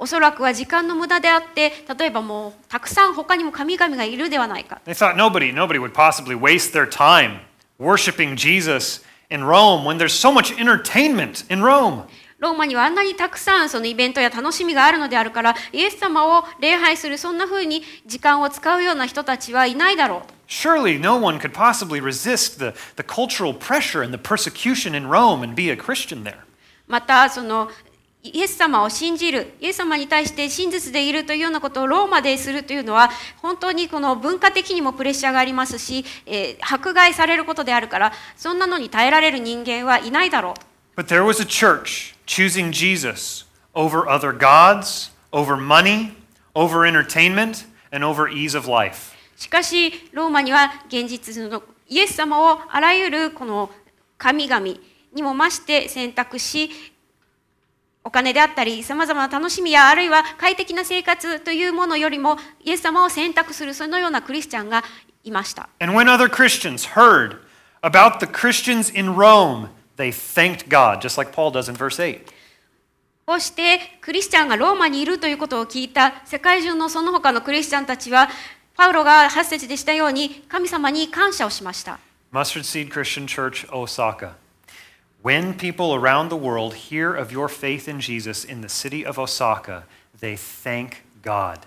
Speaker 2: おそらくは時間の無駄であって例えばもうたくさん他にも神々がいるではないか
Speaker 1: They thought nobody, nobody would possibly waste their time worshiping Jesus in Rome when there's so much entertainment in Rome.
Speaker 2: ローマにはあんなにたくさんそのイベントや楽しみがあるのであるからイエス様を礼拝するそんな風に時間を使うような人たちはいないだろう
Speaker 1: Surely no one could possibly resist the, the cultural pressure and the persecution in Rome and be a Christian there.
Speaker 2: またそのイエス様を信じるイエス様に対して真実でいるというようなことをローマでするというのは本当にこの文化的にもプレッシャーがありますし、えー迫害されることであるからそんなのに耐えられる人間はいないだろう
Speaker 1: But there was a church choosing Jesus over other gods, over money, over entertainment, and over ease of life.
Speaker 2: しかしローマには現実のイエス様をあらゆるこの神々にも増して選択しお金であったりさまざまな楽しみやあるいは快適な生活というものよりもイエス様を選択するそのようなクリスチャンがいました
Speaker 1: And when other Christians heard about the Christians in Rome, they thanked God, just like Paul does in verse 8.
Speaker 2: こうしてクリスチャンがローマにいるということを聞いた世界中のその他のクリスチャンたちはパウロが8節でしたように神様に感謝をしました
Speaker 1: Mustard Seed Christian Church, Osaka. When people around the world hear of your faith in Jesus in the city of Osaka, they thank God.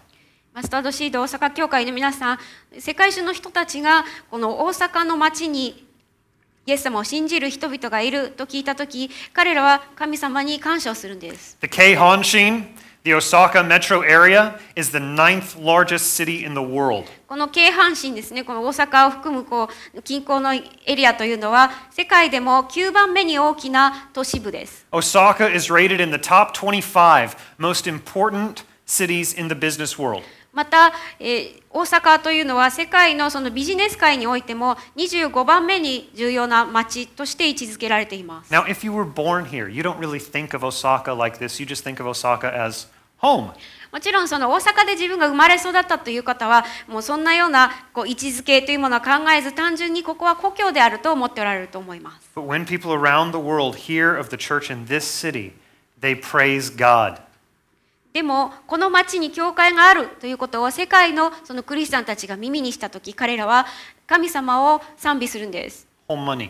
Speaker 2: マスタードシード大阪教会の皆さん世界中の人たちがこの大阪の町にイエス様を信じる人々がいると聞いた時彼らは神様に感謝をするんです
Speaker 1: The K Honshin, The Osaka metro area is the ninth largest city in the world.
Speaker 2: この京阪神ですね、この大阪を含むこう近郊のエリアというのは、世界でも9番目に大きな都市部です。
Speaker 1: Osaka is rated in the top 25 most important cities in the business world.
Speaker 2: また、えー大阪というのは世界のそのビジネス界においても25番目に重要な町として位置づけられています。
Speaker 1: Now, if you were born here, you don't really think of Osaka like this. You just think of Osaka as home.
Speaker 2: もちろんその大阪で自分が生まれ育ったという方はもうそんなようなこう位置づけというものは考えず単純にここは故郷であると思っておられると思います。
Speaker 1: But when people around the world hear of the church in this city, they praise God.
Speaker 2: でもこの町に教会があるということを世界のそのクリスチャンたちが耳にした時彼らは神様を賛美するんです。
Speaker 1: Home money.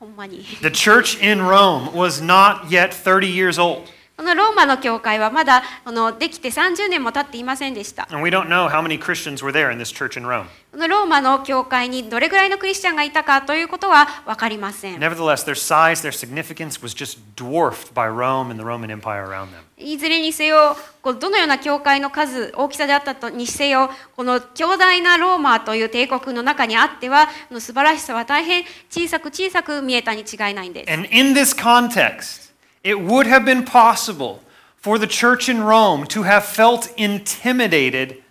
Speaker 2: ほんまに。
Speaker 1: The church in Rome was not yet 30 years old,
Speaker 2: このローマの教会はまだあのできて30年も経っていませんでした。
Speaker 1: and we don't know how many Christians were there in this church in Rome.
Speaker 2: このローマの教会にどれぐらいのクリスチャンがいたかということは分かりません。
Speaker 1: Nevertheless, their size, their significance was just dwarfed by Rome and the Roman Empire around them.
Speaker 2: いずれにせよこうどのような教会の数大きさであったとにせよこの強大なローマという帝国の中にあってはこの素晴らしさは大変小さく小さく見えたに違いないんです。
Speaker 1: And in this context, it would have been possible for the church in Rome to have felt intimidated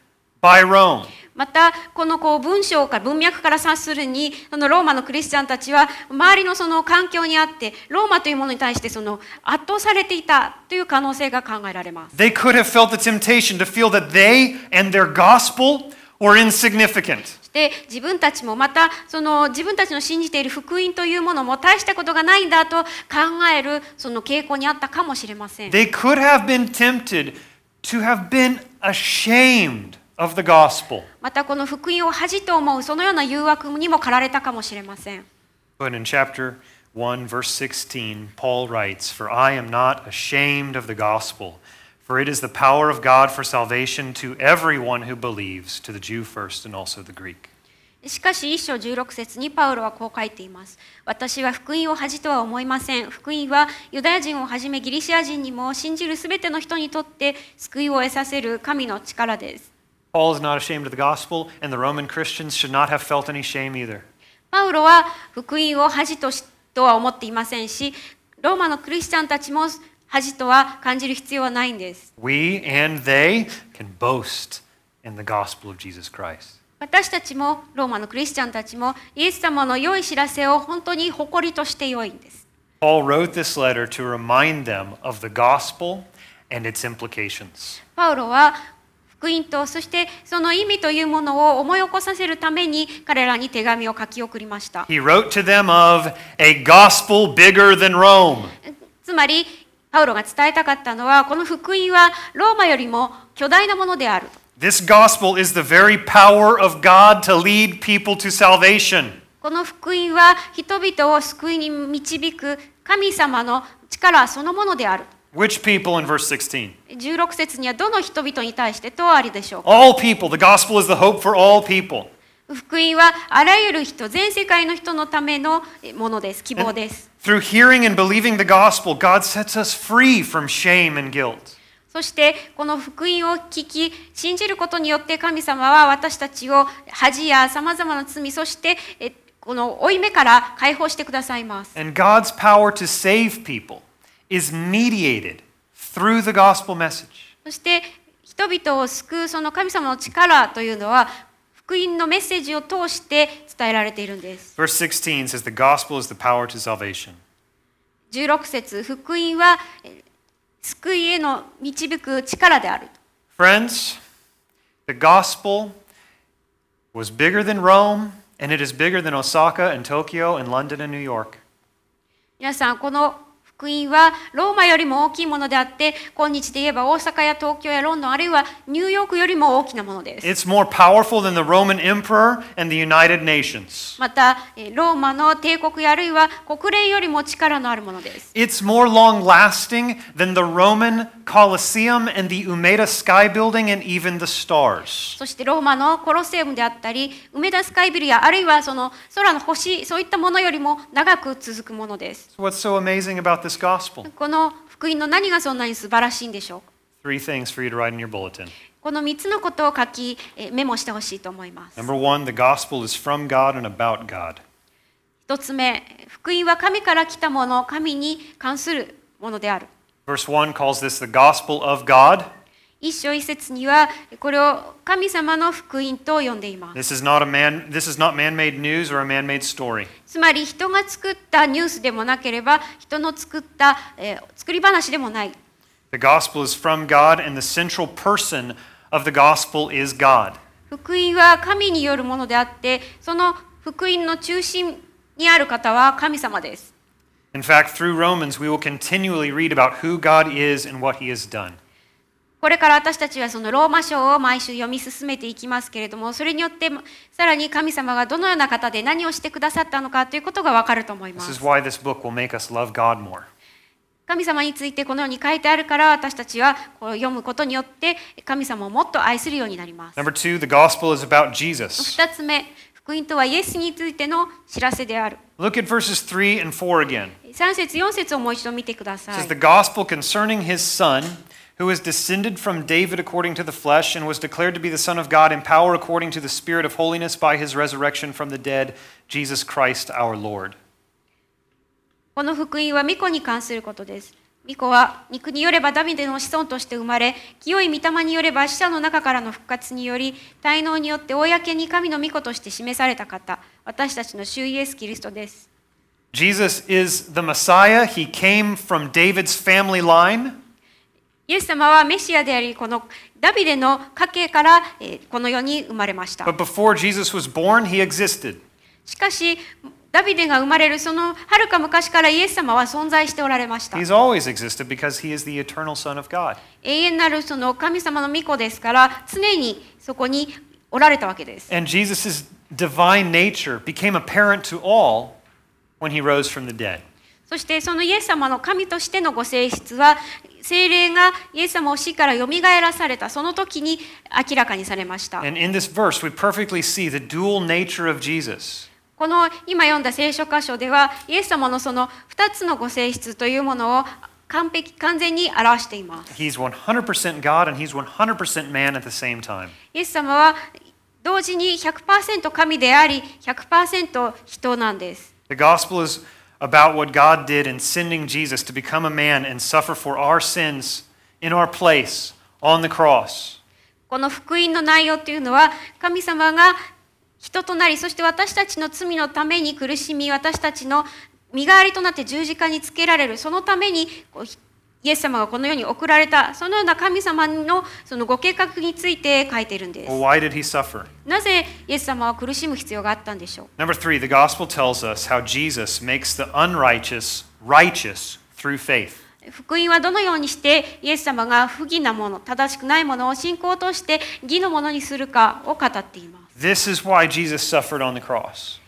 Speaker 1: by Rome.
Speaker 2: またこのこう文章から文脈から察するにそのローマのクリスチャンたちは周りのその環境にあってローマというものに対してその圧倒されていたという可能性が考えられます。
Speaker 1: They could have felt the temptation to feel that they and their gospel were insignificant.
Speaker 2: で自分たちもまたその自分たちの信じている福音というものも大したことがないんだと考えるその傾向にあったかもしれません。
Speaker 1: They could have been tempted to have been ashamed of the gospel.
Speaker 2: またこの福音を恥と思うそのような誘惑にも駆られたかもしれません。
Speaker 1: But in chapter 1, verse 16, Paul writes, For I am not ashamed of the gospel, for it is the power of God for salvation to everyone who believes, to the Jew first and also the Greek.
Speaker 2: しかし一章16節にパウロはこう書いています。私は福音を恥とは思いません。福音はユダヤ人をはじめギリシア人にも信じるすべての人にとって救いを得させる神の力です。
Speaker 1: Paul is not ashamed of the gospel, and the Roman Christians should not have felt any shame either.
Speaker 2: パウロは福音を恥としとは思っていませんし、ローマのクリスチャンたちも恥とは感じる必要はないんです。
Speaker 1: We and they can boast in the gospel of Jesus Christ.
Speaker 2: 私たちもローマのクリスチャンたちもイエス様の良い知らせを本当に誇りとして良いんです。
Speaker 1: Paul wrote this letter to remind them of the gospel and its implications.
Speaker 2: パウロは福音とそしてその意味というものを思い起こさせるために彼らに手紙を書き送りました。
Speaker 1: He wrote to them of a gospel bigger than Rome.
Speaker 2: つまりパウロが伝えたかったのはこの福音はローマよりも巨大なものである。
Speaker 1: This gospel is the very power of God to lead people to salvation.
Speaker 2: この福音は人々を救いに導く神様の力そのものである。
Speaker 1: Which people in verse 16?
Speaker 2: 16節にはどの人々に対してとありでしょうか
Speaker 1: All people. The gospel is the hope for all people.
Speaker 2: 福音はあらゆる人全世界の人のためのものです希望です。
Speaker 1: Through hearing and believing the gospel, God sets us free from shame and guilt.
Speaker 2: そしてこの福音を聞き信じることによって神様は私たちを恥やさまざまな罪そしてえこの負い目から解放してくださいます。
Speaker 1: And God's power to save people is mediated through the gospel message.
Speaker 2: そして人々を救うその神様の力というのは福音のメッセージを通して伝えられているんです。
Speaker 1: Verse 16 says, The gospel is the power to salvation.
Speaker 2: 16節福音はえ救いへの導く力である。
Speaker 1: Friends, the gospel was bigger than Rome, and it is bigger than Osaka and Tokyo and London and New York.
Speaker 2: 皆さんこの福音はローマよりも大きいものであって今日で言えば大阪や東京やロンドンあるいはニューヨークよりも大きなものです。
Speaker 1: It's more powerful than the Roman Emperor and the United Nations.
Speaker 2: またえーローマの帝国やあるいは国連よりも力のあるものです。
Speaker 1: It's more long lasting than the Roman Colosseum and the Umeda Sky Building and even the stars.
Speaker 2: そしてローマのコロセウムであったり梅田スカイビルやあるいはその空の星そういったものよりも長く続くものです。
Speaker 1: So what's so amazing about this gospel?
Speaker 2: この福音の何がそんなに素晴らしいんでしょうか
Speaker 1: three things for you to write in your bulletin.
Speaker 2: この3つのことを書き、えーメモしてほしいと思います。
Speaker 1: Number one, the gospel is from God and about God.
Speaker 2: 1つ目、福音は神から来たもの、神に関するものである。
Speaker 1: Verse 1 calls this the gospel of God.
Speaker 2: 一章一節には、これを神様の福音と呼んでいます。
Speaker 1: This is not a man this is not man-made news or a man-made story.
Speaker 2: つまり人が作ったニュースでもなければ人の作った、えー作り話でもない
Speaker 1: The gospel is from God and the central person of the gospel is God.
Speaker 2: 福音は神によるものであってその福音の中心にある方は神様です
Speaker 1: In fact, through Romans we will continually read about who God is and what he has done.
Speaker 2: これから私たちはそのローマ書を毎週読み進めていきますけれどもそれによってさらに神様がどのような方で何をしてくださったのかということがわかると思いま
Speaker 1: This
Speaker 2: す
Speaker 1: is why this book will make us love God more.
Speaker 2: 神様についてこのように書いてあるから私たちはこう読むことによって神様をもっと愛するようになります
Speaker 1: Number 2, the gospel is about Jesus.
Speaker 2: 2つ目福音とはイエスについての知らせである
Speaker 1: Look at verses 3 and 4 again.
Speaker 2: 3節4節をもう一度見てくださ
Speaker 1: It says
Speaker 2: い
Speaker 1: the gospel concerning his son, who is descended from David according to the flesh, and was declared to be the Son of God in power according to the Spirit of holiness by his resurrection from the dead, Jesus Christ our Lord.
Speaker 2: この福音は巫女に関することです巫女は肉によればダビデの子孫として生まれ清い御霊によれば死者の中からの復活により滞納によって公に神の御子として示された方私たちの主イエスキリストです
Speaker 1: Jesus is the Messiah. He came from David's family line.
Speaker 2: イエス様はメシアでありこのダビデの家系からえーこの世に生まれました
Speaker 1: But before Jesus was born, he existed.
Speaker 2: しかしダビデが生まれるそのはるか昔からイエス様は存在しておられました
Speaker 1: He's always existed because he is the eternal Son of God.
Speaker 2: 永遠なるその神様の御子ですから常にそこにおられたわけです。
Speaker 1: And Jesus' divine nature became apparent to all when he rose from the dead.
Speaker 2: そしてそのイエス様の神としてのご性質は精霊がイエス様を死からよみがえらされたその時に明らかにされました。
Speaker 1: And in this verse, we perfectly see the dual nature of Jesus.
Speaker 2: この今読んだ聖書箇所ではイエス様のその2つのご性質というものを完璧完全に表しています。
Speaker 1: He's 100% God and he's 100% man at the same time.
Speaker 2: イエス様は同時に100%神であり100%人なんです。
Speaker 1: The gospel is about what God did in sending Jesus to become a man and suffer for our sins in our place on the cross.
Speaker 2: この福音の内容というのは神様が人となりそして私たちの罪のために苦しみ私たちの身代わりとなって十字架につけられるそのためにこうひイエス様がこの世に送られたそのような神様のそのご計画について書いているんで
Speaker 1: Well,
Speaker 2: す
Speaker 1: why did he suffer?
Speaker 2: なぜイエス様は苦しむ必要があったんでしょう
Speaker 1: Number three, the gospel tells us how Jesus makes the unrighteous righteous through faith.
Speaker 2: 福音はどのようにしてイエス様が不義なもの正しくないものを信仰として義のものにするかを語っています
Speaker 1: This is why Jesus suffered on the cross.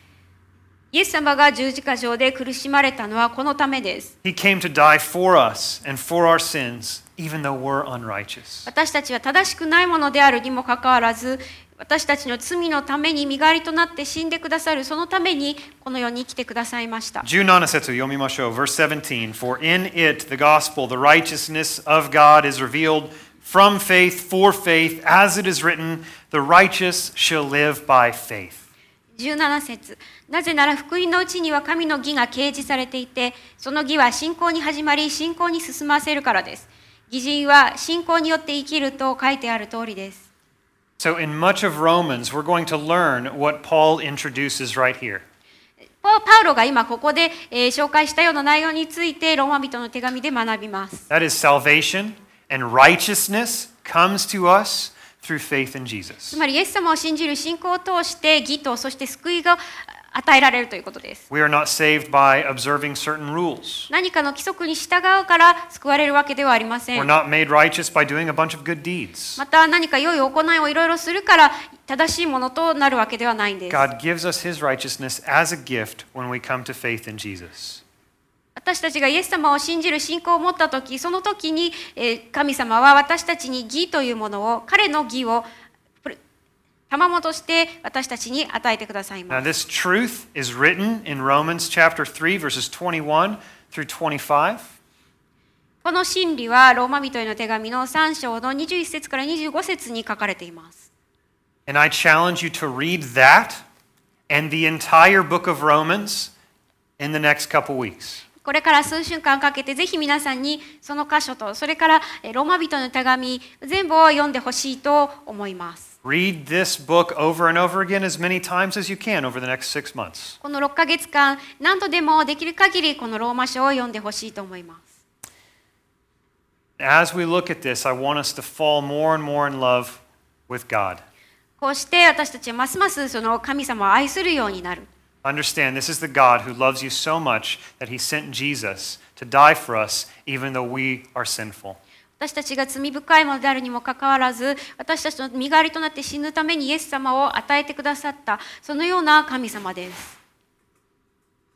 Speaker 2: イエス様が十字架上で苦しまれたのはこのためです。
Speaker 1: He came to die for us and for our sins, even though we're unrighteous.
Speaker 2: 私たちは正しくないものであるにもかかわらず私たちの罪のために身代わりとなって死んでくださるそのためにこの世に来てくださいました
Speaker 1: 17節読みましょう。Verse 17 For in it, the gospel, the righteousness of God is revealed from faith for faith, as it is written, the righteous shall live by faith.
Speaker 2: 17節なぜなら福音のうちには神の義が掲示されていてその義は信仰に始まり信仰に進ませるからです義人は信仰によって生きると書いてある通りです
Speaker 1: So, in much of Romans, we're going to learn what Paul introduces right here.
Speaker 2: パパウロが今ここで、えー紹介したような内容についてローマ人の手紙で学びます
Speaker 1: That is, salvation and righteousness comes to us through faith in
Speaker 2: つ
Speaker 1: Jesus.
Speaker 2: まりイエス様を信じる信仰を通して義とそして救いが与えられるということです。
Speaker 1: We are not saved by observing certain rules.
Speaker 2: 何かの規則に従うから救われるわけではありませ
Speaker 1: We're
Speaker 2: ん。
Speaker 1: not made righteous by doing a bunch of good deeds.
Speaker 2: また何か良い行いをいろいろするから正しいものとなるわけではないんです。
Speaker 1: God gives us his righteousness as a gift when we come to faith in Jesus.
Speaker 2: 私たちがイエス様を信じる信仰を持った時その時に、えー神様は私たちに義というものを彼の義をプレ賜物として私たちに与えてくださいま
Speaker 1: Now,
Speaker 2: す
Speaker 1: this truth is written in Romans chapter 3, verses 21 through 25.
Speaker 2: ここの真理はローマ人への手紙の3章の21節から25節に書かれています。
Speaker 1: And I challenge you to read that and the entire book of Romans in the next couple weeks.
Speaker 2: これから数週間かけてぜひ皆さんにその箇所とそれからえーローマ人への手紙全部を読んでほしいと思います。
Speaker 1: Read this book over and over again as many times as you can over the next six months.
Speaker 2: この6ヶ月間何度でもできる限りこのローマ書を読んでほしいと思います。
Speaker 1: As we look at this, I want us to fall more and more in love with God.
Speaker 2: こうして私たちはますますその神様を愛するようになる。
Speaker 1: Understand, this is the God who loves you so much that he sent Jesus to die for us, even though we are sinful.
Speaker 2: 私たちが罪深いものであるにもかかわらず私たちの身代わりとなって死ぬためにイエス様を与えてくださったそのような神様です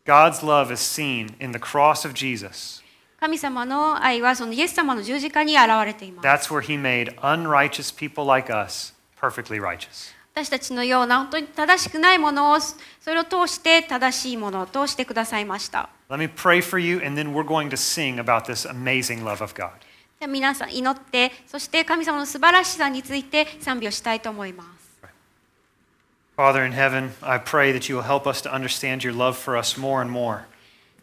Speaker 1: God's love is seen in the cross of Jesus.
Speaker 2: 神様の愛はそのイエス様の十字架に現れています
Speaker 1: That's where he made unrighteous people like us perfectly righteous.
Speaker 2: 私たちのような本当に正しくないものをそれを通して正しいものを通してくださいました
Speaker 1: Let me pray for you, and then we're going to sing about this amazing love of God.
Speaker 2: では皆さん祈ってそして神様の素晴らしさについて賛美をしたいと思います
Speaker 1: Father in heaven, I pray that you will help us to understand your love for us more and more.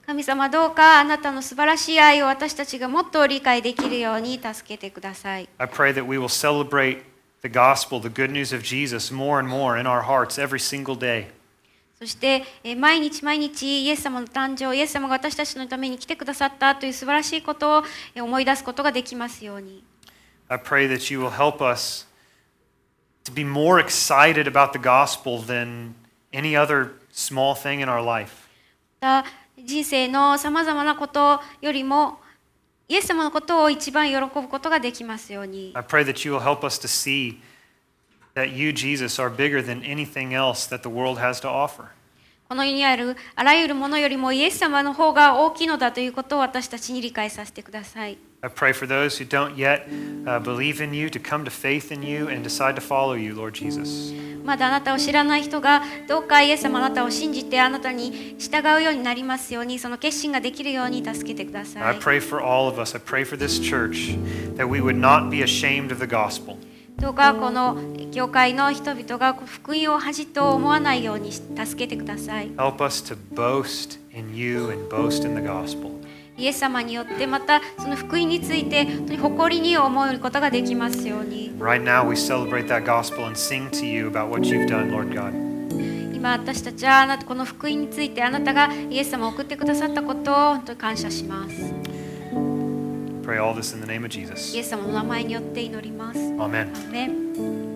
Speaker 2: 神様どうかあなたの素晴らしい愛を私たちがもっと理解できるように助けてください
Speaker 1: I pray that we will celebrate the gospel, the good news of Jesus, more and more in our hearts every single day.
Speaker 2: そして、えー毎日毎日イエス様の誕生イエス様が私たちのために来てくださったという素晴らしいことをえー思い出すことができますように
Speaker 1: I pray that you will help us to be more excited about the gospel than any other small thing in our life.
Speaker 2: また人生のさまざまなことよりもイエス様のことを一番喜ぶことができますように
Speaker 1: I pray that you will help us to see that you, Jesus, are bigger than anything else that the world has to offer.
Speaker 2: この世にあるあらゆるものよりもイエス様の方が大きいのだということを私たちに理解させてください
Speaker 1: I pray for those who don't yet uh, believe in you to come to faith in you and decide to follow you, Lord Jesus.
Speaker 2: まだあなたを知らない人がどうかイエス様あなたを信じてあなたに従うようになりますようにその決心ができるように助けてくださ
Speaker 1: I
Speaker 2: い
Speaker 1: pray for all of us. I pray for this church that we would not be ashamed of the gospel.
Speaker 2: どうかこの教会の人々が福音を恥と思わないように助けてください。
Speaker 1: Help us to boast in you and boast in the gospel.
Speaker 2: イエス様によってまたその福音について本当に誇りに思うことができますように。
Speaker 1: Right now, we celebrate that gospel and sing to you about what you've done, Lord God.
Speaker 2: 今私たちはあなたこの福音についてあなたがイエス様を送ってくださったことを本当に感謝します。
Speaker 1: Pray all this in the name of
Speaker 2: イ
Speaker 1: Jesus.
Speaker 2: エス様の名前によって祈ります。
Speaker 1: Amen.
Speaker 2: アーメン